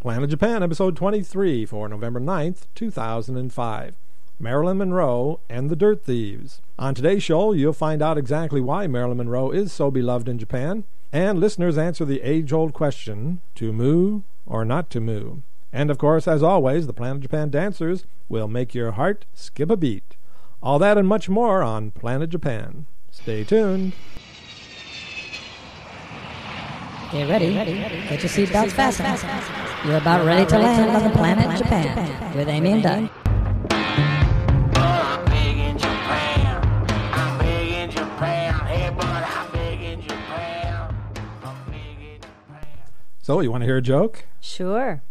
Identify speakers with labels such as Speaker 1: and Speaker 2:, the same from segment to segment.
Speaker 1: Planet Japan, episode 23 for November 9th, 2005. Marilyn Monroe and the Dirt Thieves. On today's show, you'll find out exactly why Marilyn Monroe is so beloved in Japan, and listeners answer the age old question to moo or not to moo. And of course, as always, the Planet Japan dancers will make your heart skip a beat. All that and much more on Planet Japan. Stay tuned.
Speaker 2: Get ready. Get your seatbelts fastened. You're about ready to land on the planet Japan with Amy and Doug.
Speaker 3: I'm big in Japan. I'm big in Japan. Hey, but I'm big in Japan. I'm big in Japan.
Speaker 1: So, you want to hear a joke?
Speaker 4: Sure.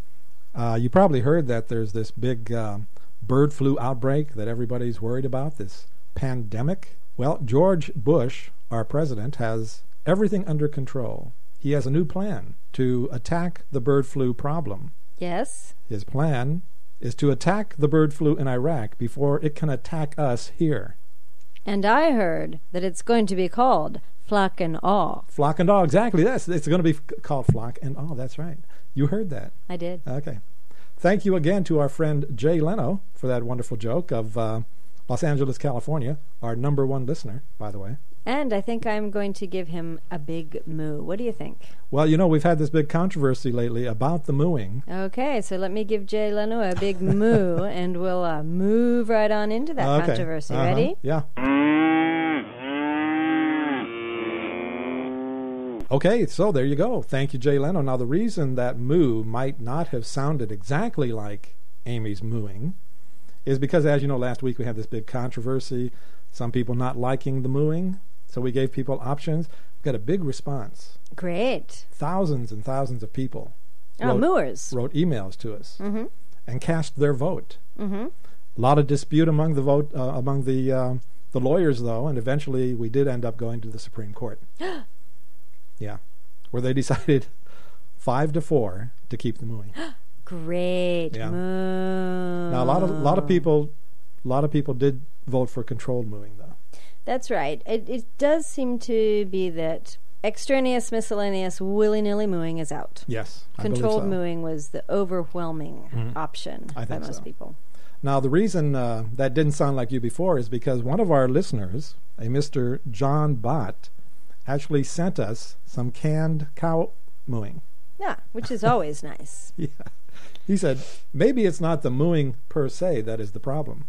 Speaker 1: Uh, you probably heard that there's this big um, bird flu outbreak that everybody's worried about, this pandemic. Well, George Bush, our president, has everything under control. He has a new plan to attack the bird flu problem.
Speaker 4: Yes.
Speaker 1: His plan is to attack the bird flu in Iraq before it can attack us here.
Speaker 4: And I heard that it's going to be called Flock and Awe.
Speaker 1: Flock and all, exactly. That's it's going to be f- called flock and all. That's right. You heard that.
Speaker 4: I did.
Speaker 1: Okay. Thank you again to our friend Jay Leno for that wonderful joke of uh, Los Angeles, California, our number one listener, by the way.
Speaker 4: And I think I'm going to give him a big moo. What do you think?
Speaker 1: Well, you know, we've had this big controversy lately about the mooing.
Speaker 4: Okay, so let me give Jay Leno a big moo, and we'll uh, move right on into that
Speaker 1: Okay.
Speaker 4: controversy.
Speaker 1: Uh-huh.
Speaker 4: Ready?
Speaker 1: Yeah. Okay, so there you go. Thank you, Jay Leno. Now, the reason that moo might not have sounded exactly like Amy's mooing is because, as you know, last week we had this big controversy, some people not liking the mooing. So we gave people options. We got a big response.
Speaker 4: Great.
Speaker 1: Thousands and thousands of people
Speaker 4: Oh,
Speaker 1: Well-
Speaker 4: mooers.
Speaker 1: wrote emails to us and cast their vote. A lot of dispute among the vote uh, among the um the lawyers, though, and eventually we did end up going to the Supreme Court. yeah, where they decided five to four to keep the mooing.
Speaker 4: Great
Speaker 1: Yeah.
Speaker 4: moo.
Speaker 1: Now a lot of a
Speaker 4: Oh.
Speaker 1: lot of people, a lot of people did vote for controlled mooing, though.
Speaker 4: That's right. It, it does seem to be that extraneous, miscellaneous, willy nilly mooing is out.
Speaker 1: Yes, I believe
Speaker 4: Controlled
Speaker 1: so. Mm-hmm.
Speaker 4: mooing was the overwhelming option
Speaker 1: I
Speaker 4: by
Speaker 1: think
Speaker 4: most
Speaker 1: so.
Speaker 4: people.
Speaker 1: Now, the reason uh, that didn't sound like you before is because one of our listeners, a Mr. John Bott, actually sent us some canned cow mooing.
Speaker 4: Yeah, which is always nice.
Speaker 1: Yeah. He said, maybe it's not the mooing per se that is the problem.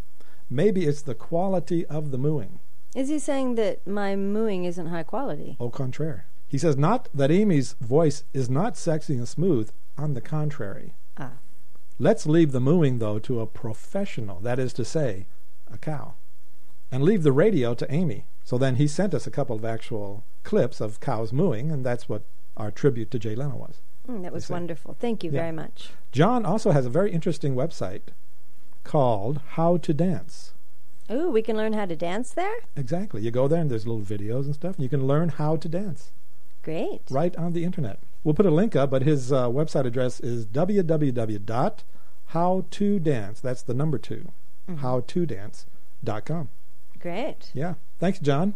Speaker 1: Maybe it's the quality of the mooing.
Speaker 4: Is he saying that my mooing isn't high quality?
Speaker 1: Au contraire. He says, not that Amy's voice is not sexy and smooth. On the contrary.
Speaker 4: Ah.
Speaker 1: Let's leave the mooing, though, to a professional, that is to say, a cow, and leave the radio to Amy. So then he sent us a couple of actual clips of cows mooing, and that's what our tribute to Jay Leno was.
Speaker 4: Mm, that was
Speaker 1: see.
Speaker 4: wonderful. Thank you
Speaker 1: Oh, Yeah.
Speaker 4: very much.
Speaker 1: John also has a very interesting website called How to Dance.
Speaker 4: Ooh, we can learn how to dance there?
Speaker 1: Exactly. You go there and there's little videos and stuff. And you can learn how to dance
Speaker 4: Great.
Speaker 1: right on the internet. We'll put a link up, but his uh, website address is www.howtodance. That's the number 2
Speaker 4: Mm-hmm.
Speaker 1: howtodance.com.
Speaker 4: Great.
Speaker 1: Yeah. Thanks, John.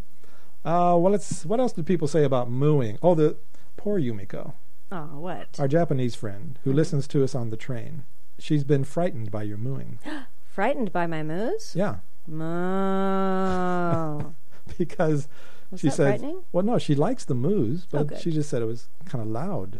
Speaker 1: Uh, well, let's. What else did people say about mooing? Oh, the poor Yumiko,
Speaker 4: Oh, what?
Speaker 1: our Japanese friend
Speaker 4: Mm-hmm.
Speaker 1: who listens to us on the train. She's been frightened by your mooing.
Speaker 4: Frightened by my moos?
Speaker 1: Yeah,
Speaker 4: Moo.
Speaker 1: because
Speaker 4: Was
Speaker 1: she
Speaker 4: that
Speaker 1: said,
Speaker 4: frightening? Oh,
Speaker 1: "Well, no, she likes the moos, but
Speaker 4: good.
Speaker 1: she just said it was kind of loud."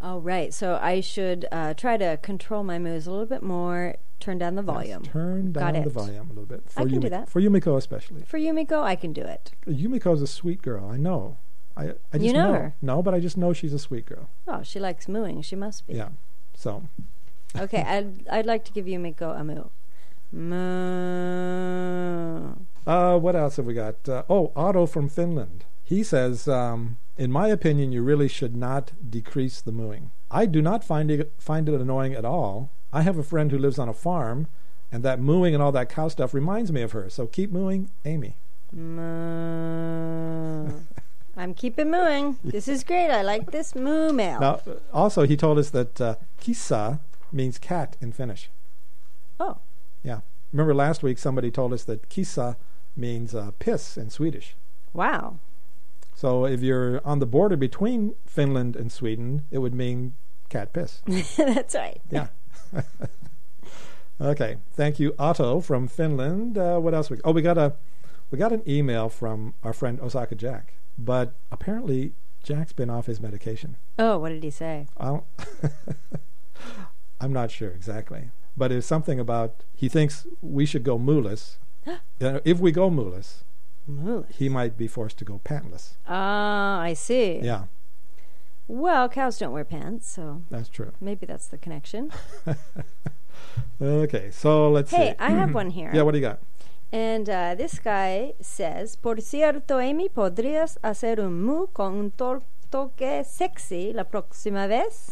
Speaker 4: oh, right. So I should uh, try to control my moos a little bit more, turn down the
Speaker 1: Yes,
Speaker 4: volume.
Speaker 1: turn down
Speaker 4: Got
Speaker 1: the
Speaker 4: it.
Speaker 1: volume a little bit. For
Speaker 4: I can do
Speaker 1: Yumi-
Speaker 4: that.
Speaker 1: For Yumiko especially.
Speaker 4: For Yumiko, I can do it.
Speaker 1: Yumiko's a sweet girl. I know. I, I just
Speaker 4: You know her.
Speaker 1: No, but I just know she's a sweet girl.
Speaker 4: Oh, she likes mooing. She must be.
Speaker 1: Yeah. So
Speaker 4: Okay, I'd, I'd like to give you Miko a moo. Moo.
Speaker 1: Uh, what else have we got? Uh, oh, Otto from Finland. He says, um, in my opinion, you really should not decrease the mooing. I do not find it, find it annoying at all. I have a friend who lives on a farm, and that mooing and all that cow stuff reminds me of her. So keep mooing, Amy.
Speaker 4: Moo. I'm keeping mooing. This is great. I like this moo mail.
Speaker 1: Now, uh, also, he told us that uh, kissa means cat in Finnish.
Speaker 4: Oh,
Speaker 1: Yeah. Remember last week somebody told us that kissa means uh, piss in Swedish.
Speaker 4: wow.
Speaker 1: So if you're on the border between Finland and Sweden, it would mean cat piss.
Speaker 4: That's right.
Speaker 1: Yeah. okay. Thank you, Otto from Finland. Uh, what else? We, oh, we got a we got an email from our friend Osaka Jack, but apparently Jack's been off his medication.
Speaker 4: Oh, what did he say?
Speaker 1: I don't, I'm not sure exactly, but it's something about he thinks we should go moolas. Uh, if we go moolas,
Speaker 4: Moolish.
Speaker 1: he might be forced to go pantless.
Speaker 4: Ah, I see.
Speaker 1: Yeah,
Speaker 4: Well, cows don't wear pants, so
Speaker 1: that's true.
Speaker 4: maybe that's the connection.
Speaker 1: Okay, so let's see. Mm-hmm.
Speaker 4: Hey, I have one here.
Speaker 1: yeah, what do you got?
Speaker 4: And uh, this guy says, Por cierto, Amy, ¿podrías hacer un mu con un to- toque sexy la próxima vez?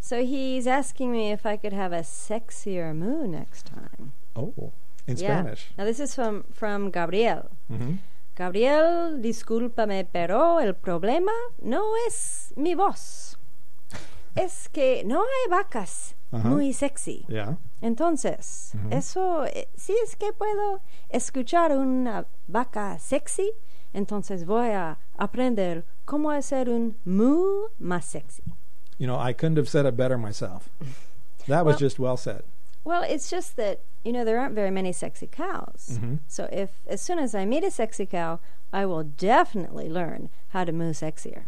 Speaker 4: so he's asking me if I could have a sexier moo next time.
Speaker 1: Oh, in Spanish.
Speaker 4: Now, this is from, from Gabriel.
Speaker 1: hmm
Speaker 4: Gabriel, discúlpame, pero el problema no es mi voz. Es que no hay vacas
Speaker 1: Ajá.
Speaker 4: muy sexy.
Speaker 1: Yeah.
Speaker 4: Entonces,
Speaker 1: Ujú.
Speaker 4: eso, eh, si es que puedo escuchar una vaca sexy, entonces voy a aprender cómo hacer un moo más sexy.
Speaker 1: You know, I couldn't have said it better myself. That was
Speaker 4: Well-
Speaker 1: just well said.
Speaker 4: Well, it's just that, you know, there aren't very many sexy cows.
Speaker 1: Mhm.
Speaker 4: So if, as soon as I meet a sexy cow, I will definitely learn how to moo sexier.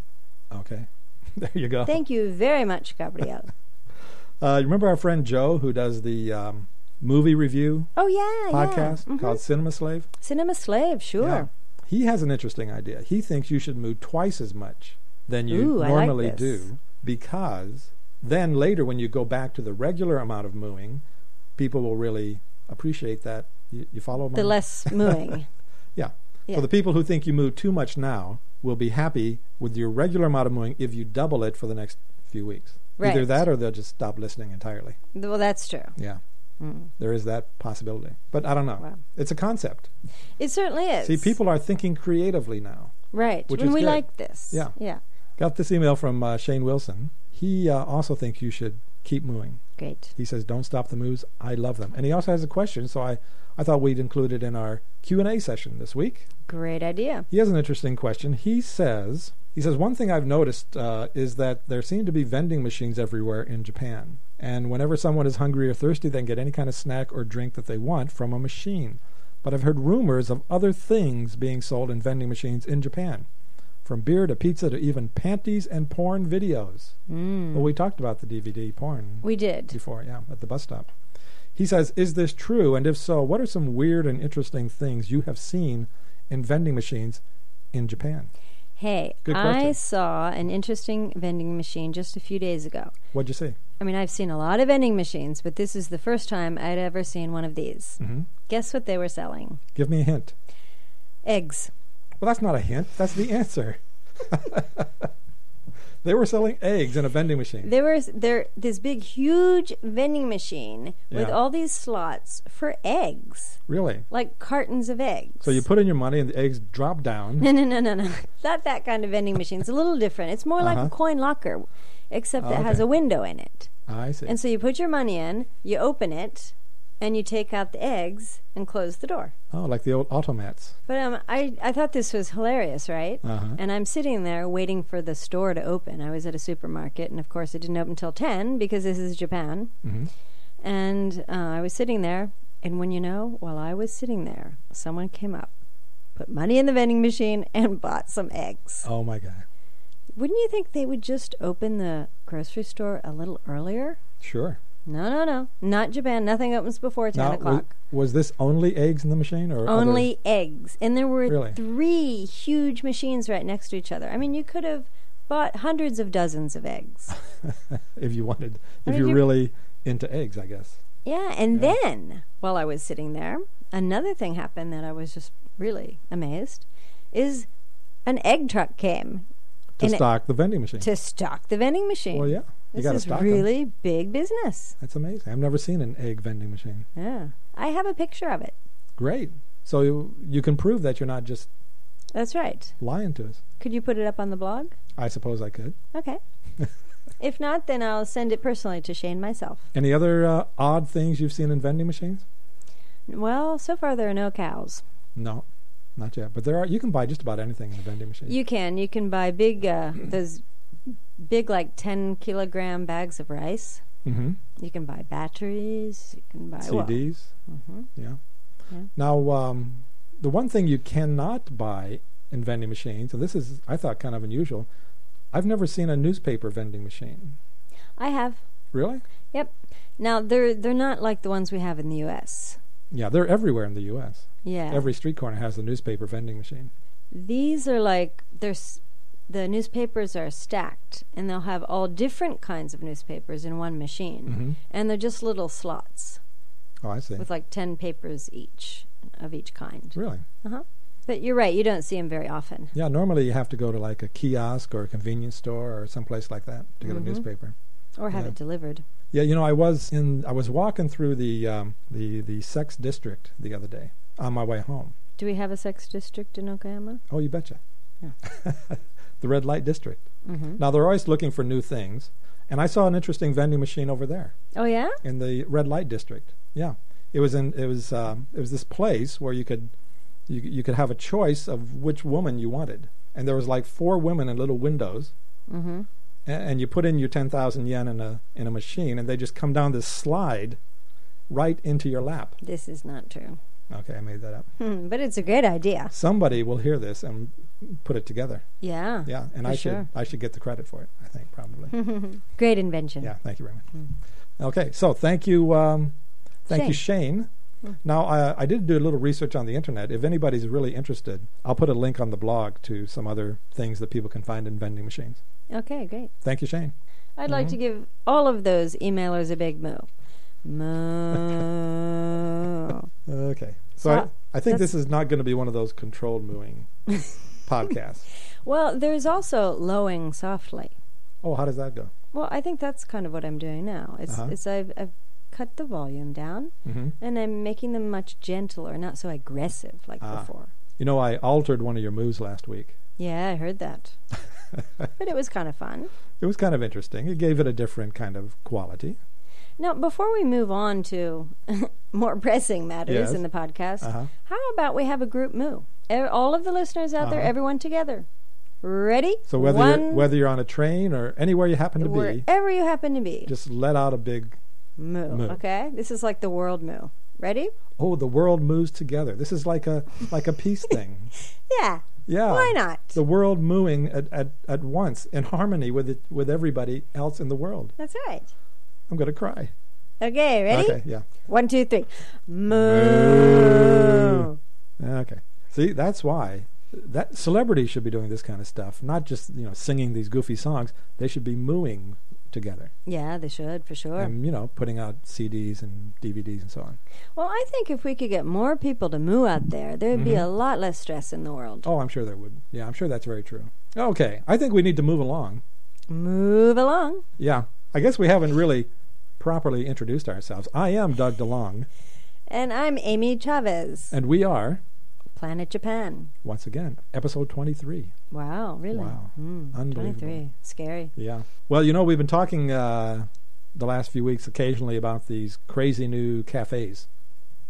Speaker 1: Mm-hmm. Okay. There you go.
Speaker 4: Thank you very much, Gabrielle.
Speaker 1: Uh, you remember our friend Joe who does the um, movie review
Speaker 4: oh, yeah,
Speaker 1: podcast
Speaker 4: yeah. Mhm.
Speaker 1: called Cinema Slave?
Speaker 4: Cinema Slave, sure.
Speaker 1: Yeah. He has an interesting idea. He thinks you should move twice as much than you
Speaker 4: Ooh, I like
Speaker 1: normally
Speaker 4: this.
Speaker 1: do because then later when you go back to the regular amount of mooing, people will really appreciate that. You, you follow my
Speaker 4: The less mooing.
Speaker 1: Yeah.
Speaker 4: Yeah.
Speaker 1: So the people who think you move too much now will be happy with your regular amount of mooing if you double it for the next few weeks. Either
Speaker 4: Right.
Speaker 1: that or they'll just stop listening entirely.
Speaker 4: well, that's true.
Speaker 1: Yeah.
Speaker 4: Mm.
Speaker 1: There is that possibility. But I don't know.
Speaker 4: Wow.
Speaker 1: It's a concept.
Speaker 4: It certainly is.
Speaker 1: See, people are thinking creatively now.
Speaker 4: Right.
Speaker 1: Which
Speaker 4: when
Speaker 1: is
Speaker 4: we
Speaker 1: good.
Speaker 4: like this.
Speaker 1: Yeah.
Speaker 4: Yeah.
Speaker 1: Got this email from uh, Shane Wilson. He uh, also thinks you should keep mooing.
Speaker 4: Great.
Speaker 1: He says, "Don't stop the moves. I love them." And he also has a question, so I, I thought we'd include it in our Q&A session this week.
Speaker 4: Great idea.
Speaker 1: He has an interesting question. He says, he says one thing I've noticed uh, is that there seem to be vending machines everywhere in Japan, and whenever someone is hungry or thirsty, they can get any kind of snack or drink that they want from a machine. But I've heard rumors of other things being sold in vending machines in Japan, from beer to pizza to even panties and porn videos.
Speaker 4: Mm.
Speaker 1: Well, we talked about the DVD porn
Speaker 4: We did.
Speaker 1: before, yeah, at the bus stop. He says, Is this true? And if so, what are some weird and interesting things you have seen in vending machines in Japan?
Speaker 4: Hey,
Speaker 1: Good
Speaker 4: I
Speaker 1: question.
Speaker 4: saw an interesting vending machine just a few days ago.
Speaker 1: What'd you see?
Speaker 4: I mean, I've seen a lot of vending machines, but this is the first time I'd ever seen one of these.
Speaker 1: hmm
Speaker 4: Guess what they were selling?
Speaker 1: Give me a hint.
Speaker 4: Eggs.
Speaker 1: Well, that's not a hint. That's the answer. they were selling eggs in a vending machine.
Speaker 4: There was there this big huge vending machine with
Speaker 1: Yeah.
Speaker 4: all these slots for eggs,
Speaker 1: Really?
Speaker 4: like cartons of eggs.
Speaker 1: So you put in your money and the eggs drop down.
Speaker 4: No, no, no, no, no. Not that kind of vending machine. It's a little different. It's more like
Speaker 1: Uh-huh.
Speaker 4: a coin locker, except
Speaker 1: Oh,
Speaker 4: it has
Speaker 1: okay.
Speaker 4: a window in it.
Speaker 1: I see.
Speaker 4: And so you put your money in, you open it, and you take out the eggs and close the door.
Speaker 1: Oh, like the old automats.
Speaker 4: But um, I, I thought this was hilarious, right?
Speaker 1: Uh-huh.
Speaker 4: And I'm sitting there waiting for the store to open. I was at a supermarket, and of course, it didn't open until 10 because this is Japan.
Speaker 1: Mhm.
Speaker 4: And uh, I was sitting there, and when you know, while I was sitting there, someone came up, put money in the vending machine, and bought some eggs.
Speaker 1: Oh my God.
Speaker 4: Wouldn't you think they would just open the grocery store a little earlier?
Speaker 1: Sure.
Speaker 4: No, no, no. Not Japan. Nothing opens before 10
Speaker 1: Now, wa-
Speaker 4: o'clock.
Speaker 1: was this only eggs in the machine or other-
Speaker 4: Only eggs. And there were
Speaker 1: Really?
Speaker 4: three huge machines right next to each other. I mean, you could have bought hundreds of dozens of eggs.
Speaker 1: if you wanted,
Speaker 4: I
Speaker 1: if
Speaker 4: mean,
Speaker 1: you're
Speaker 4: you-
Speaker 1: really into eggs, I guess.
Speaker 4: yeah, and
Speaker 1: Yeah.
Speaker 4: then while I was sitting there, another thing happened that I was just really amazed is an egg truck came
Speaker 1: to
Speaker 4: and it-
Speaker 1: stock the vending machine.
Speaker 4: to stock the vending machine.
Speaker 1: Well, yeah, you
Speaker 4: This
Speaker 1: got to
Speaker 4: is
Speaker 1: stock them.
Speaker 4: really big business.
Speaker 1: That's amazing. I've never seen an egg vending machine.
Speaker 4: Yeah. I have a picture of it.
Speaker 1: Great. So you, you can prove that you're not just
Speaker 4: That's right.
Speaker 1: lying to us.
Speaker 4: Could you put it up on the blog?
Speaker 1: I suppose I could.
Speaker 4: Okay. if not, then I'll send it personally to Shane myself.
Speaker 1: Any other uh, odd things you've seen in vending machines?
Speaker 4: Well, so far there are no cows.
Speaker 1: No, not yet. But there are. You can buy just about anything in a vending machine.
Speaker 4: You can you can buy big uh, those big, like 10 kilogram bags of rice.
Speaker 1: Mm-hmm.
Speaker 4: You can buy batteries. You can buy well,
Speaker 1: CDs.
Speaker 4: mhm.
Speaker 1: Yeah.
Speaker 4: Yeah.
Speaker 1: Now, um, the one thing you cannot buy in vending machines, and this is, I thought, kind of unusual. I've never seen a newspaper vending machine.
Speaker 4: I have.
Speaker 1: Really?
Speaker 4: Yep. Now they're they're not like the ones we have in the U.S.
Speaker 1: Yeah, they're everywhere in the U.S.
Speaker 4: Yeah.
Speaker 1: Every street corner has a newspaper vending machine.
Speaker 4: These are like there's the newspapers are stacked and they'll have all different kinds of newspapers in one machine
Speaker 1: Mm-hmm.
Speaker 4: and they're just little slots
Speaker 1: Oh, I see.
Speaker 4: with like 10 papers each of each kind.
Speaker 1: Really?
Speaker 4: But you're right, you don't see them very often.
Speaker 1: Yeah, normally you have to go to like a kiosk or a convenience store or someplace like that to get
Speaker 4: Mhm.
Speaker 1: a newspaper.
Speaker 4: Or have
Speaker 1: Yeah.
Speaker 4: it delivered.
Speaker 1: Yeah, you know, I was in I was walking through the um, the the sex district the other day on my way home.
Speaker 4: Do we have a sex district in Okayama?
Speaker 1: Oh, you betcha.
Speaker 4: Yeah.
Speaker 1: the red light district.
Speaker 4: Mm-hmm.
Speaker 1: Now they're always looking for new things, and I saw an interesting vending machine over there
Speaker 4: Oh, yeah?
Speaker 1: in the red light district. Yeah, it was in it was um, it was this place where you could you you could have a choice of which woman you wanted, and there was like four women in little windows,
Speaker 4: Mm-hmm.
Speaker 1: a- and you put in your ten thousand yen in a in a machine, and they just come down this slide right into your lap.
Speaker 4: This is not true.
Speaker 1: Okay, I made that up.
Speaker 4: Hmm, but it's a great idea.
Speaker 1: Somebody will hear this and put it together.
Speaker 4: Yeah.
Speaker 1: Yeah, and
Speaker 4: For
Speaker 1: I
Speaker 4: sure. Hmm.
Speaker 1: should I should get the credit for it. I think probably.
Speaker 4: Great invention.
Speaker 1: Yeah, thank you very much.
Speaker 4: Hmm.
Speaker 1: Okay, so thank you, um, thank you, Shane.
Speaker 4: Hmm.
Speaker 1: Now, I, I did do a little research on the internet. If anybody's really interested, I'll put a link on the blog to some other things that people can find in vending machines.
Speaker 4: Okay, great.
Speaker 1: Thank you, Shane.
Speaker 4: I'd like to give all of those emailers a big moo. Moo.
Speaker 1: Okay, so
Speaker 4: So,
Speaker 1: I, I think this is not going to be one of those controlled mooing podcasts.
Speaker 4: well, there's also lowing softly.
Speaker 1: Oh, how does that go?
Speaker 4: Well, I think that's kind of what I'm doing now. It's,
Speaker 1: Uh-huh.
Speaker 4: it's I've, I've cut the volume down
Speaker 1: hmm
Speaker 4: and I'm making them much gentler, not so aggressive like
Speaker 1: Ah.
Speaker 4: before.
Speaker 1: You know, I altered one of your moves last week.
Speaker 4: Yeah, I heard that. but it was kind of fun.
Speaker 1: It was kind of interesting. It gave it a different kind of quality.
Speaker 4: Now, before we move on to more pressing matters
Speaker 1: Yes.
Speaker 4: in the podcast,
Speaker 1: Uh-huh.
Speaker 4: how about we have a group moo? E- All of the listeners out there,
Speaker 1: Uh-huh.
Speaker 4: everyone together. Ready?
Speaker 1: So whether you're,
Speaker 4: One,
Speaker 1: whether you're on a train or anywhere you happen to be,
Speaker 4: wherever you happen to be,
Speaker 1: just let out a big
Speaker 4: moo,
Speaker 1: moo.
Speaker 4: Okay, this is like the world moo. Ready?
Speaker 1: oh the world moves together this is like a like a peace thing
Speaker 4: Yeah.
Speaker 1: yeah
Speaker 4: Why not?
Speaker 1: the world mooing at, at, at once in harmony with it, with everybody else in the world
Speaker 4: That's right.
Speaker 1: i'm gonna cry
Speaker 4: Okay, ready?
Speaker 1: okay yeah
Speaker 4: One, two, three. Moo.
Speaker 1: okay see that's why that celebrities should be doing this kind of stuff not just you know singing these goofy songs they should be mooing together
Speaker 4: Yeah, they should for sure.
Speaker 1: and you know putting out cds and dvds and so on
Speaker 4: well, I think if we could get more people to moo out there, there would
Speaker 1: Mm-hmm.
Speaker 4: be a lot less stress in the world.
Speaker 1: oh i'm sure there would yeah i'm sure that's very true okay i think we need to move along
Speaker 4: Move along.
Speaker 1: Yeah. I guess we haven't really properly introduced ourselves. I am Doug DeLong,
Speaker 4: And I'm Amy Chavez,
Speaker 1: and we are,
Speaker 4: Planet Japan.
Speaker 1: once again, episode 23.
Speaker 4: Wow, really?
Speaker 1: Wow.
Speaker 4: Mm,
Speaker 1: Unbelievable.
Speaker 4: 23. Scary.
Speaker 1: Yeah. Well, you know, we've been talking uh, the last few weeks occasionally about these crazy new cafes,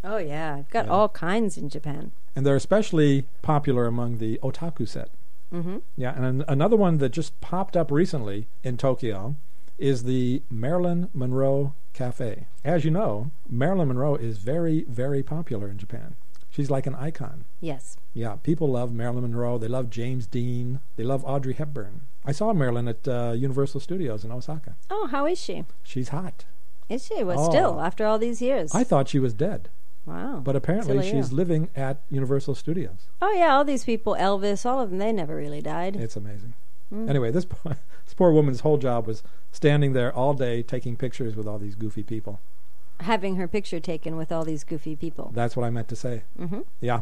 Speaker 4: Oh, yeah. I've got
Speaker 1: Yeah.
Speaker 4: all kinds in Japan.
Speaker 1: and they're especially popular among the otaku set.
Speaker 4: Mm-hmm.
Speaker 1: Yeah. And an- another one that just popped up recently in Tokyo is the Marilyn Monroe Cafe. As you know, Marilyn Monroe is very, very popular in Japan. She's like an icon.
Speaker 4: Yes.
Speaker 1: Yeah, people love Marilyn Monroe. They love James Dean. They love Audrey Hepburn. I saw Marilyn at uh, Universal Studios in Osaka.
Speaker 4: Oh, how is she?
Speaker 1: She's hot.
Speaker 4: Is she? Well,
Speaker 1: Oh.
Speaker 4: still, after all these years.
Speaker 1: I thought she was dead,
Speaker 4: wow.
Speaker 1: but apparently
Speaker 4: Silly you.
Speaker 1: she's living at Universal Studios.
Speaker 4: oh, yeah, all these people, Elvis, all of them, they never really died.
Speaker 1: It's amazing.
Speaker 4: Mm.
Speaker 1: Anyway, this, po- this poor woman's whole job was standing there all day taking pictures with all these goofy people.
Speaker 4: Having her picture taken with all these goofy people.
Speaker 1: That's what I meant to say.
Speaker 4: Mhm.
Speaker 1: Yeah.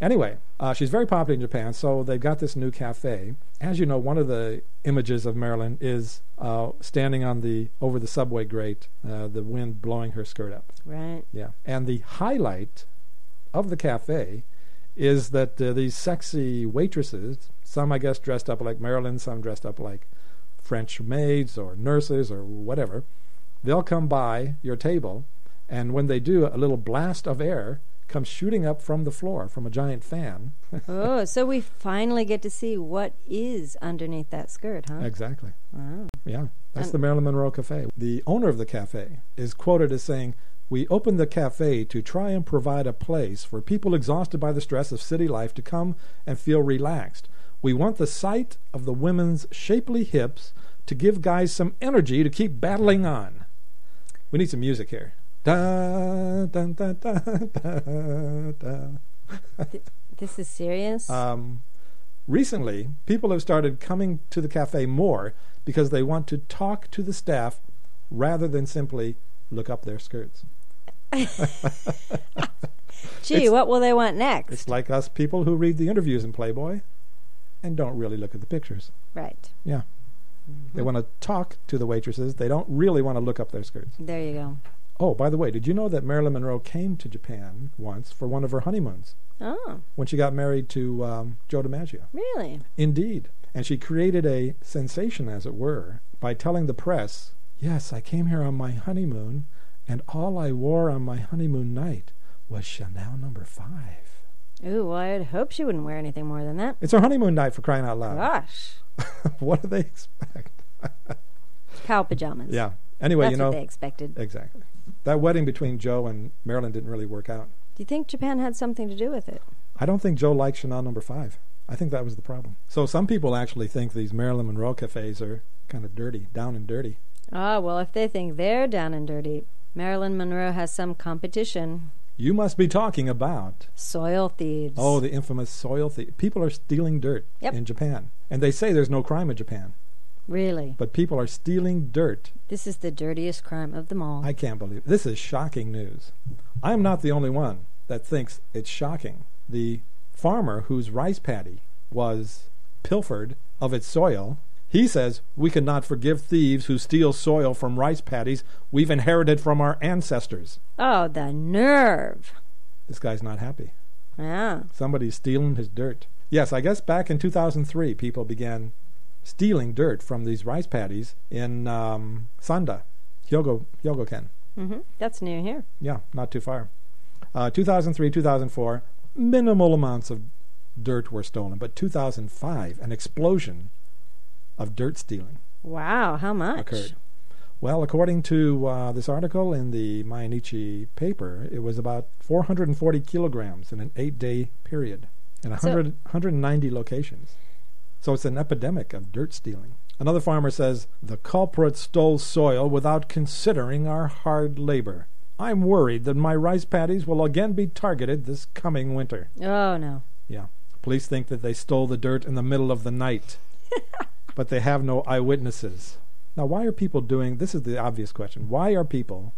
Speaker 1: Anyway, uh, she's very popular in Japan, so they've got this new cafe. As you know, one of the images of Marilyn is uh, standing on the over the subway grate, uh, the wind blowing her skirt up.
Speaker 4: Right.
Speaker 1: Yeah. And the highlight of the cafe is that uh, these sexy waitresses, some I guess dressed up like Marilyn, some dressed up like French maids or nurses or whatever, they'll come by your table, and when they do, a little blast of air comes shooting up from the floor from a giant fan.
Speaker 4: Oh, so we finally get to see what is underneath that skirt, huh?
Speaker 1: Exactly.
Speaker 4: Wow.
Speaker 1: Yeah, that's the Marilyn Monroe Cafe. The owner of the cafe is quoted as saying, We opened the cafe to try and provide a place for people exhausted by the stress of city life to come and feel relaxed. We want the sight of the women's shapely hips to give guys some energy to keep battling on. We need some music here. Da, dun, dun, dun, dun, dun.
Speaker 4: This is serious.
Speaker 1: Um, recently, people have started coming to the cafe more because they want to talk to the staff rather than simply look up their skirts.
Speaker 4: Gee,
Speaker 1: it's-
Speaker 4: what will they want next?
Speaker 1: It's like us people who read the interviews in Playboy and don't really look at the pictures.
Speaker 4: Right.
Speaker 1: Yeah. They want to talk to the waitresses. They don't really want to look up their skirts.
Speaker 4: There you go.
Speaker 1: Oh, by the way, did you know that Marilyn Monroe came to Japan once for one of her honeymoons
Speaker 4: Oh,
Speaker 1: when she got married to um, Joe DiMaggio?
Speaker 4: really?
Speaker 1: Indeed. And she created a sensation, as it were, by telling the press, Yes, I came here on my honeymoon, and all I wore on my honeymoon night was Chanel number five.
Speaker 4: Ooh, well, I'd hope she wouldn't wear anything more than that.
Speaker 1: It's her honeymoon night for crying out loud.
Speaker 4: Gosh.
Speaker 1: what do they expect?
Speaker 4: Cow pajamas.
Speaker 1: Yeah. Anyway,
Speaker 4: That's
Speaker 1: you know,
Speaker 4: what they expected. Do
Speaker 1: exactly. That wedding between Joe and Marilyn didn't really work out.
Speaker 4: you think Japan had something to do with it?
Speaker 1: I don't think Joe liked Chanel number five. I think that was the problem. So some people actually think these Marilyn Monroe cafes are kind of dirty, down and dirty.
Speaker 4: Ah, well, if they think they're down and dirty, Marilyn Monroe has some competition.
Speaker 1: You must be talking about
Speaker 4: Soil thieves.
Speaker 1: Oh, the infamous soil thing. People are stealing dirt
Speaker 4: Yep.
Speaker 1: in Japan. And they say there's no crime in Japan,
Speaker 4: really?
Speaker 1: but people are stealing dirt.
Speaker 4: This is the dirtiest crime of them all.
Speaker 1: I can't believe this is shocking news. I am not the only one that thinks it's shocking. The farmer whose rice paddy was pilfered of its soil, he says, "We cannot forgive thieves who steal soil from rice paddies we've inherited from our ancestors."
Speaker 4: oh, the nerve.
Speaker 1: This guy's not happy.
Speaker 4: Yeah.
Speaker 1: Somebody's stealing his dirt. Yes, I guess back in 2003, people began stealing dirt from these rice paddies in um, Sanda, Hyogo, Hyogoken.
Speaker 4: hmm That's near here.
Speaker 1: Yeah, not too far. Uh, 2003, 2004, minimal amounts of dirt were stolen, but 2005, an explosion of dirt stealing
Speaker 4: Wow, how much?
Speaker 1: occurred. Well, according to uh, this article in the Mainichi paper, it was about 440 kilograms in an eight day period in 100, 190 locations. So it's an epidemic of dirt stealing. Another farmer says the culprit stole soil without considering our hard labor. I'm worried that my rice paddies will again be targeted this coming winter.
Speaker 4: Oh, no.
Speaker 1: Yeah. Police think that they stole the dirt in the middle of the night, but they have no eyewitnesses. Now, why are people doing this? Is the obvious question. Why are people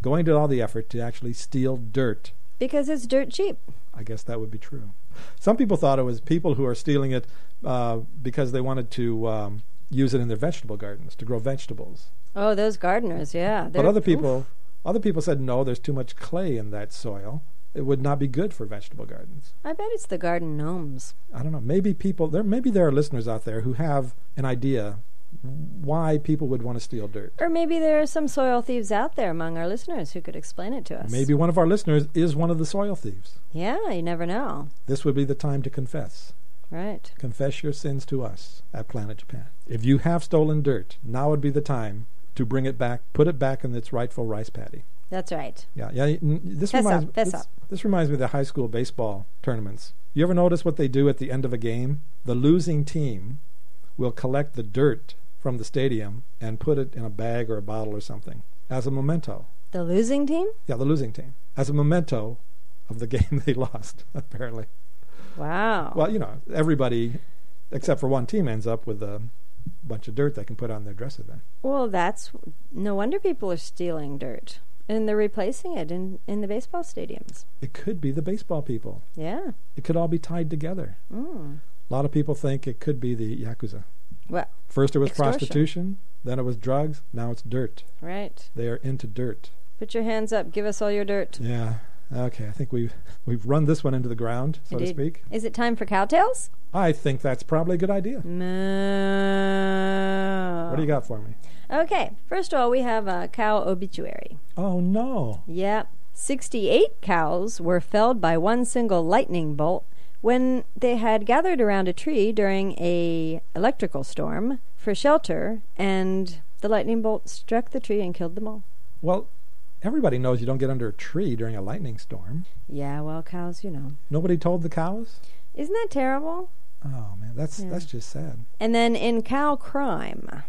Speaker 1: going to all the effort to actually steal dirt?
Speaker 4: Because it's dirt cheap.
Speaker 1: I guess that would be true. Some people thought it was people who are stealing it uh, because they wanted to um, use it in their vegetable gardens to grow vegetables.
Speaker 4: Oh, those gardeners, yeah.
Speaker 1: But
Speaker 4: they're-
Speaker 1: other
Speaker 4: oof.
Speaker 1: people, other people said no. There's too much clay in that soil. It would not be good for vegetable gardens.
Speaker 4: I bet it's the garden gnomes.
Speaker 1: I don't know. Maybe people there. Maybe there are listeners out there who have an idea why people would want to steal dirt.
Speaker 4: Or maybe there are some soil thieves out there among our listeners who could explain it to us.
Speaker 1: Maybe one of our listeners is one of the soil thieves.
Speaker 4: Yeah, you never know.
Speaker 1: This would be the time to confess.
Speaker 4: Right.
Speaker 1: Confess your sins to us at Planet Japan. If you have stolen dirt, now would be the time to bring it back, put it back in its rightful rice paddy.
Speaker 4: That's right.
Speaker 1: Yeah, yeah. n- This
Speaker 4: Fess
Speaker 1: reminds
Speaker 4: up, fess
Speaker 1: this,
Speaker 4: up.
Speaker 1: this reminds me of the high school baseball tournaments. You ever notice what they do at the end of a game? The losing team will collect the dirt from the stadium and put it in a bag or a bottle or something as a memento.
Speaker 4: The losing team?
Speaker 1: Yeah, the losing team as a memento of the game they lost. Apparently,
Speaker 4: Wow.
Speaker 1: well, you know, everybody except for one team ends up with a bunch of dirt they can put on their dresser. Then
Speaker 4: Well, that's no wonder people are stealing dirt and they're replacing it in, in the baseball stadiums.
Speaker 1: it could be the baseball people.
Speaker 4: Yeah.
Speaker 1: It could all be tied together.
Speaker 4: Mm.
Speaker 1: A lot of people think it could be the yakuza.
Speaker 4: Well,
Speaker 1: First it was
Speaker 4: Extortion.
Speaker 1: prostitution, then it was drugs, now it's dirt.
Speaker 4: right.
Speaker 1: They are into dirt.
Speaker 4: Put your hands up. Give us all your dirt.
Speaker 1: Yeah. Okay, I think we've we've run this one into the ground, so
Speaker 4: Indeed.
Speaker 1: to speak.
Speaker 4: Is it time for cowtails?
Speaker 1: I think that's probably a good idea.
Speaker 4: Moo.
Speaker 1: What do you got for me?
Speaker 4: Okay. First of all, we have a cow obituary.
Speaker 1: Oh no.
Speaker 4: Yep. 68 cows were felled by one single lightning bolt when they had gathered around a tree during a electrical storm for shelter and the lightning bolt struck the tree and killed them all.
Speaker 1: Well, everybody knows you don't get under a tree during a lightning storm.
Speaker 4: Yeah, well, cows, you know.
Speaker 1: Nobody told the cows?
Speaker 4: Isn't that terrible?
Speaker 1: Oh man, that's
Speaker 4: Yeah.
Speaker 1: that's just sad.
Speaker 4: And then in cow crime,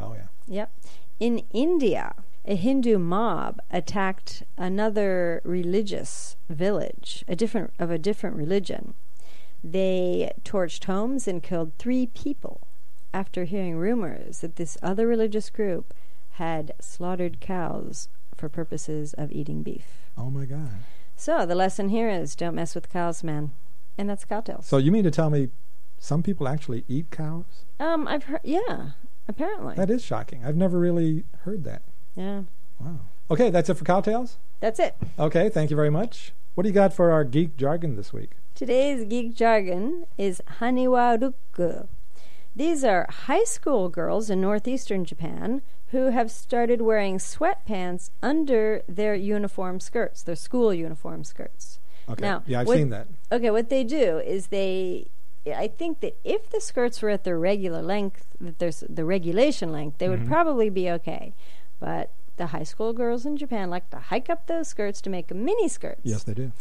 Speaker 1: Oh yeah.
Speaker 4: Yep. In India, a Hindu mob attacked another religious village, a different of a different religion. They torched homes and killed three people after hearing rumors that this other religious group had slaughtered cows for purposes of eating beef.
Speaker 1: Oh my god.
Speaker 4: So the lesson here is don't mess with cows, man. And that's cowtails.
Speaker 1: So you mean to tell me some people actually eat cows?
Speaker 4: Um, I've heard, yeah, apparently,
Speaker 1: That is shocking. I've never really heard that.
Speaker 4: yeah.
Speaker 1: Wow. Okay, that's it for cowtails.
Speaker 4: That's it.
Speaker 1: Okay, thank you very much. What do you got for our geek jargon this week?
Speaker 4: Today's geek jargon is haniwaruku. These are high school girls in northeastern Japan who have started wearing sweatpants under their uniform skirts, their school uniform skirts.
Speaker 1: Okay.
Speaker 4: Now,
Speaker 1: yeah, I've
Speaker 4: what-
Speaker 1: seen that.
Speaker 4: Okay, what they do is they I think that if the skirts were at their regular length, that there's the regulation length, they would probably be okay. But the high school girls in Japan like to hike up those skirts to make a mini skirts.
Speaker 1: Yes, they do.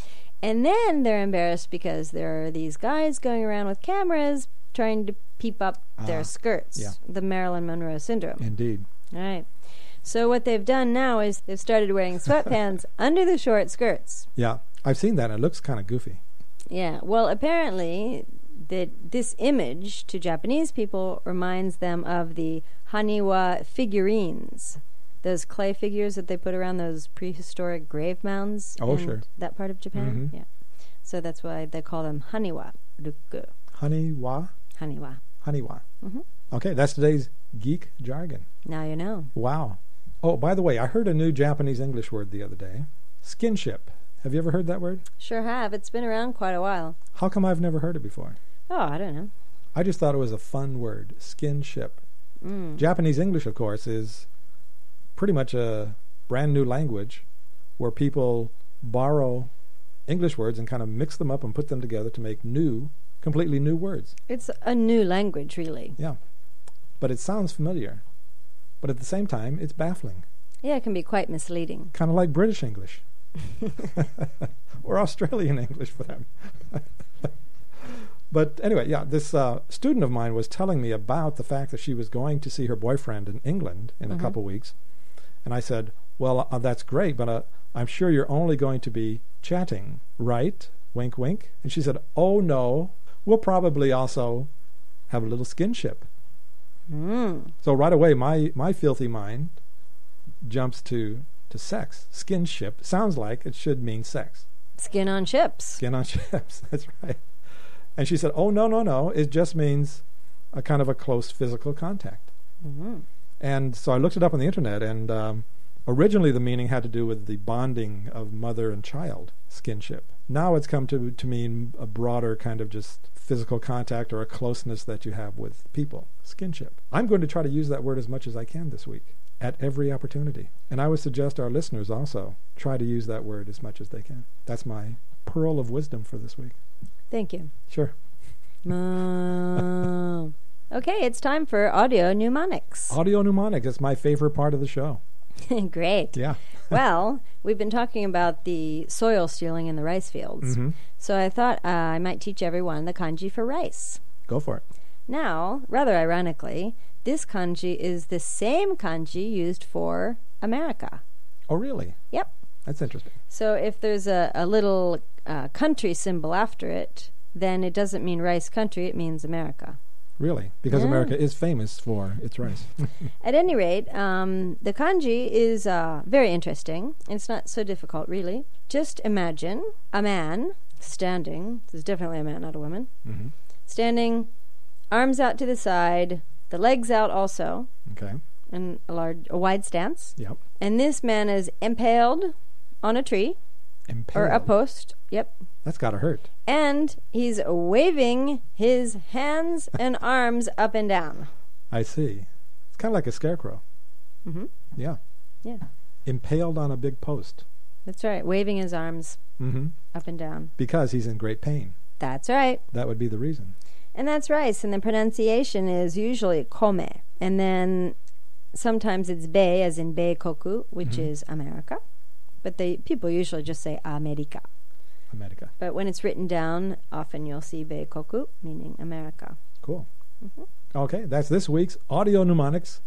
Speaker 4: And then they're embarrassed because there are these guys going around with cameras trying to peep up
Speaker 1: Ah,
Speaker 4: their skirts.
Speaker 1: yeah.
Speaker 4: The Marilyn Monroe syndrome.
Speaker 1: Indeed.
Speaker 4: All right. So what they've done now is they've started wearing sweatpants under the short skirts.
Speaker 1: Yeah, I've seen that. and It looks kind of goofy.
Speaker 4: Yeah. Well, apparently that this image to Japanese people reminds them of the Haniwa figurines. Those clay figures that they put around those prehistoric grave mounds
Speaker 1: Oh,
Speaker 4: in
Speaker 1: sure.
Speaker 4: that part of Japan.
Speaker 1: Mhm.
Speaker 4: Yeah. So that's why they call them Haniwa ruku.
Speaker 1: Honey wa,
Speaker 4: Haniwa.
Speaker 1: honey wa.
Speaker 4: Mhm.
Speaker 1: Okay, that's today's geek jargon.
Speaker 4: Now you know.
Speaker 1: Wow. Oh, by the way, I heard a new Japanese English word the other day skinship. Have you ever heard that word?
Speaker 4: Sure have. It's been around quite a while.
Speaker 1: How come I've never heard it before?
Speaker 4: Oh, I don't know.
Speaker 1: I just thought it was a fun word, skinship.
Speaker 4: Mm.
Speaker 1: Japanese English, of course, is pretty much a brand new language where people borrow English words and kind of mix them up and put them together to make new, completely new words.
Speaker 4: It's a new language, really.
Speaker 1: But it sounds familiar. But at the same time, it's baffling.
Speaker 4: Yeah, it can be quite misleading.
Speaker 1: Kind of like British English or Australian English for them. but anyway, yeah, this uh, student of mine was telling me about the fact that she was going to see her boyfriend in England in a couple weeks. And I said, Well, uh, that's great, but uh, I'm sure you're only going to be chatting, right? Wink, wink. And she said, Oh, no, we'll probably also have a little skinship.
Speaker 4: Mm.
Speaker 1: So right away, my my filthy mind jumps to to sex. Skinship sounds like it should mean sex.
Speaker 4: Skin on chips.
Speaker 1: Skin on chips. That's right. And she said, "Oh no, no, no! It just means a kind of a close physical contact."
Speaker 4: Mm.
Speaker 1: And so I looked it up on the internet, and um, originally the meaning had to do with the bonding of mother and child, skinship. Now it's come to to mean a broader kind of just physical contact or a closeness that you have with people, skinship. I'm going to try to use that word as much as I can this week at every opportunity. And I would suggest our listeners also try to use that word as much as they can. That's my pearl of wisdom for this week.
Speaker 4: Thank you.
Speaker 1: Sure.
Speaker 4: Mm. okay, it's time for audio mnemonics.
Speaker 1: Audio mnemonic is my favorite part of the show.
Speaker 4: Great.
Speaker 1: Yeah.
Speaker 4: Well, we've been talking about the soil stealing in the rice fields.
Speaker 1: Mhm.
Speaker 4: So I thought uh, I might teach everyone the kanji for rice.
Speaker 1: Go for it.
Speaker 4: Now, rather ironically, this kanji is the same kanji used for America.
Speaker 1: Oh, really?
Speaker 4: Yep.
Speaker 1: That's interesting.
Speaker 4: So if there's a, a little uh, country symbol after it, then it doesn't mean rice country, it means America.
Speaker 1: Really? Because
Speaker 4: Yeah.
Speaker 1: America is famous for its rice.
Speaker 4: At any rate, um, the kanji is uh, very interesting. It's not so difficult, really. Just imagine a man standing, this is definitely a man, not a woman,
Speaker 1: Mhm.
Speaker 4: standing, arms out to the side, the legs out also,
Speaker 1: Okay.
Speaker 4: in a, large, a wide stance.
Speaker 1: Yep.
Speaker 4: And this man is impaled on a tree or
Speaker 1: Impaled.
Speaker 4: a post. Yep.
Speaker 1: That's got to hurt.
Speaker 4: and he's waving his hands and arms up and down.
Speaker 1: I see. It's kind of like a scarecrow.
Speaker 4: Mhm.
Speaker 1: Yeah.
Speaker 4: Yeah.
Speaker 1: Impaled on a big post.
Speaker 4: That's right. Waving his arms
Speaker 1: hmm
Speaker 4: up and down.
Speaker 1: Because he's in great pain.
Speaker 4: That's right.
Speaker 1: That would be the reason.
Speaker 4: And that's rice, and the pronunciation is usually come. And then sometimes it's bay, as in Beikoku, which
Speaker 1: Mm-hmm.
Speaker 4: is America. But they people usually just say America.
Speaker 1: America.
Speaker 4: But when it's written down, often you'll see Beikoku, meaning America.
Speaker 1: Cool. Okay, that's this week's audio mnemonics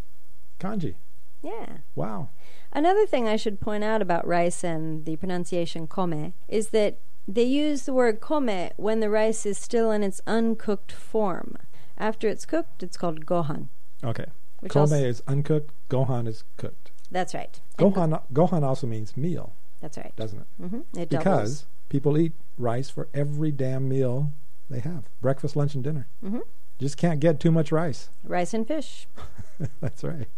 Speaker 1: kanji.
Speaker 4: Yeah.
Speaker 1: Wow.
Speaker 4: Another thing I should point out about rice and the pronunciation come is that they use the word come when the rice is still in its uncooked form. After it's cooked, it's called gohan.
Speaker 1: Okay.
Speaker 4: Which
Speaker 1: Kome
Speaker 4: also-
Speaker 1: is uncooked, gohan is cooked.
Speaker 4: That's right. And cook-
Speaker 1: Gohan gohan also means meal,
Speaker 4: That's right.
Speaker 1: doesn't it?
Speaker 4: hmm It doubles.
Speaker 1: Because people eat rice for every damn meal they have. Breakfast, lunch and dinner.
Speaker 4: Mhm.
Speaker 1: Just can't get too much rice.
Speaker 4: rice and fish.
Speaker 1: That's right.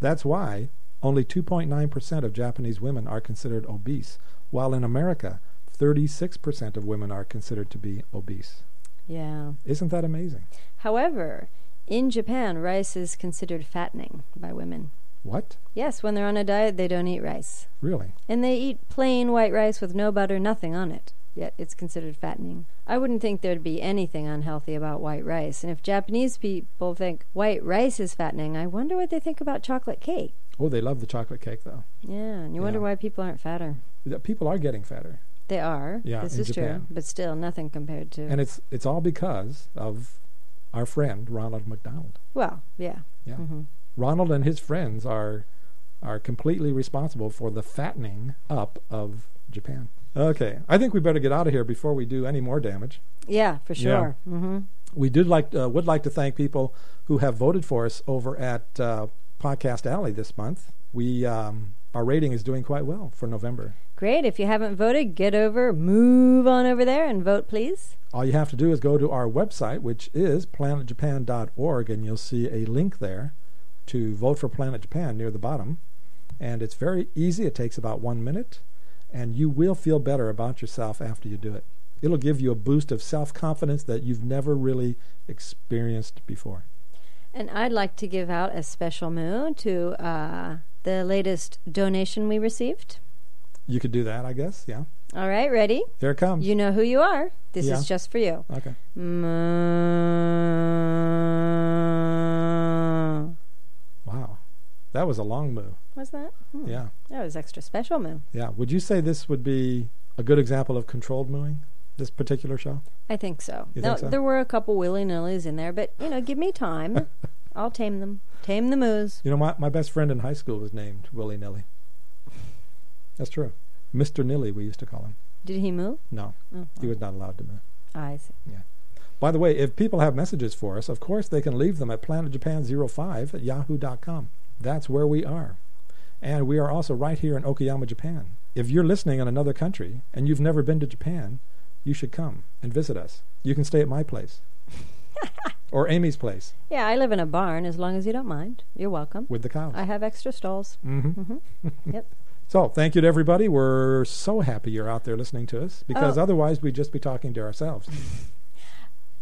Speaker 1: That's why only 2.9% of Japanese women are considered obese, while in America, 36% of women are considered to be obese.
Speaker 4: Yeah.
Speaker 1: Isn't that amazing?
Speaker 4: However, in Japan, rice is considered fattening by women.
Speaker 1: What?
Speaker 4: Yes, when they're on a diet, they don't eat rice.
Speaker 1: Really?
Speaker 4: And they eat plain white rice with no butter, nothing on it. Yet it's considered fattening. I wouldn't think there'd be anything unhealthy about white rice. And if Japanese people think white rice is fattening, I wonder what they think about chocolate cake.
Speaker 1: Oh, they love the chocolate cake, though.
Speaker 4: Yeah, and you wonder
Speaker 1: Yeah.
Speaker 4: why people aren't fatter.
Speaker 1: The People are getting fatter,
Speaker 4: They are.
Speaker 1: Yeah,
Speaker 4: this
Speaker 1: in
Speaker 4: is
Speaker 1: Japan.
Speaker 4: true. But still, nothing compared to.
Speaker 1: and it's it's all because of our friend Ronald McDonald.
Speaker 4: well, yeah.
Speaker 1: Yeah.
Speaker 4: hmm
Speaker 1: Ronald and his friends are are completely responsible for the fattening up of Japan. Okay, I think we better get out of here before we do any more damage.
Speaker 4: Yeah, for
Speaker 1: Yeah.
Speaker 4: sure. hmm
Speaker 1: We did like uh, would like to thank people who have voted for us over at uh, Podcast Alley this month. We um, our rating is doing quite well for November.
Speaker 4: Great. If you haven't voted, get over, move on over there and vote, please.
Speaker 1: All you have to do is go to our website, which is planetjapan.org, and you'll see a link there to vote for Planet Japan near the bottom. And it's very easy, it takes about one minute, and you will feel better about yourself after you do it. It'll give you a boost of self confidence that you've never really experienced before.
Speaker 4: And I'd like to give out a special moo to uh, the latest donation we received.
Speaker 1: You could do that, I guess. Yeah.
Speaker 4: All right, ready?
Speaker 1: Here it comes.
Speaker 4: You know who you are. This
Speaker 1: Yeah.
Speaker 4: is just for you.
Speaker 1: okay.
Speaker 4: Moo.
Speaker 1: Wow. That was a long move.
Speaker 4: What's that? Hmm.
Speaker 1: Yeah.
Speaker 4: That was extra special moo.
Speaker 1: Yeah. Would you say this would be a good example of controlled mooing, this particular show?
Speaker 4: I think so.
Speaker 1: You
Speaker 4: now,
Speaker 1: think so?
Speaker 4: There were a couple willy nillys in there, but you know, give me time. I'll tame them. Tame the moos.
Speaker 1: You know, my, my best friend in high school was named Willie Nilly. That's true. Mr. Nilly, we used to call him.
Speaker 4: Did he move?
Speaker 1: No,
Speaker 4: Oh,
Speaker 1: he was not allowed to move.
Speaker 4: I see.
Speaker 1: By the way, if people have messages for us, of course they can leave them at planetjapan05 at yahoo.com. That's where we are. And we are also right here in Okayama, Japan. If you're listening in another country and you've never been to Japan, you should come and visit us. You can stay at my place or Amy's place
Speaker 4: Yeah, I live in a barn. As long as you don't mind, you're welcome.
Speaker 1: with the cows.
Speaker 4: I have extra stalls.
Speaker 1: hmm
Speaker 4: Mm-hmm. Yep.
Speaker 1: So, thank you to everybody. We're so happy you're out there listening to us because
Speaker 4: Oh.
Speaker 1: otherwise we'd just be talking to ourselves.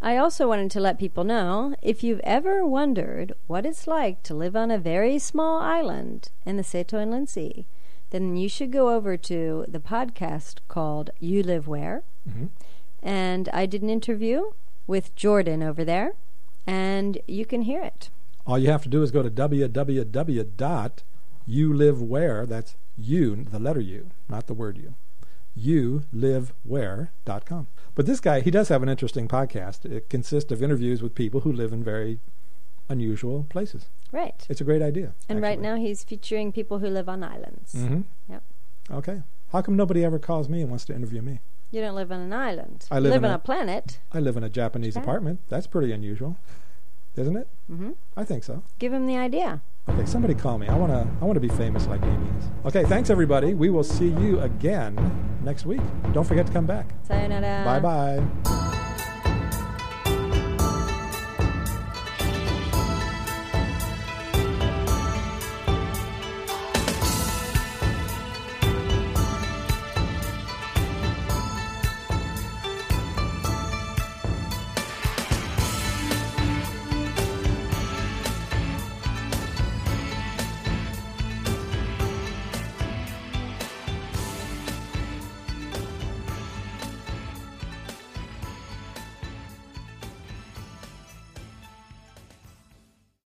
Speaker 4: I also wanted to let people know if you've ever wondered what it's like to live on a very small island in the Seto Inland Sea, then you should go over to the podcast called You Live Where.
Speaker 1: Mhm.
Speaker 4: And I did an interview with Jordan over there, and you can hear it.
Speaker 1: All you have to do is go to www.youlivewhere. That's you, the letter U, not the word you. YouLiveWhere.com. But this guy, he does have an interesting podcast. It consists of interviews with people who live in very unusual places.
Speaker 4: Right.
Speaker 1: It's a great idea.
Speaker 4: And right
Speaker 1: actually.
Speaker 4: now he's featuring people who live on islands.
Speaker 1: Mhm.
Speaker 4: Yep.
Speaker 1: Okay. How come nobody ever calls me and wants to interview me?
Speaker 4: You don't live on an island.
Speaker 1: I
Speaker 4: You
Speaker 1: live in
Speaker 4: on
Speaker 1: a-
Speaker 4: a planet.
Speaker 1: I live in a Japanese
Speaker 4: Japan.
Speaker 1: apartment. That's pretty unusual, isn't it?
Speaker 4: Mhm.
Speaker 1: I think so.
Speaker 4: Give him the idea.
Speaker 1: Okay, somebody call me. I wanna, I wanna be famous like Amy is. Okay, thanks everybody. We will see you again next week. Don't forget to come back.
Speaker 4: Sayonara.
Speaker 1: bye bye.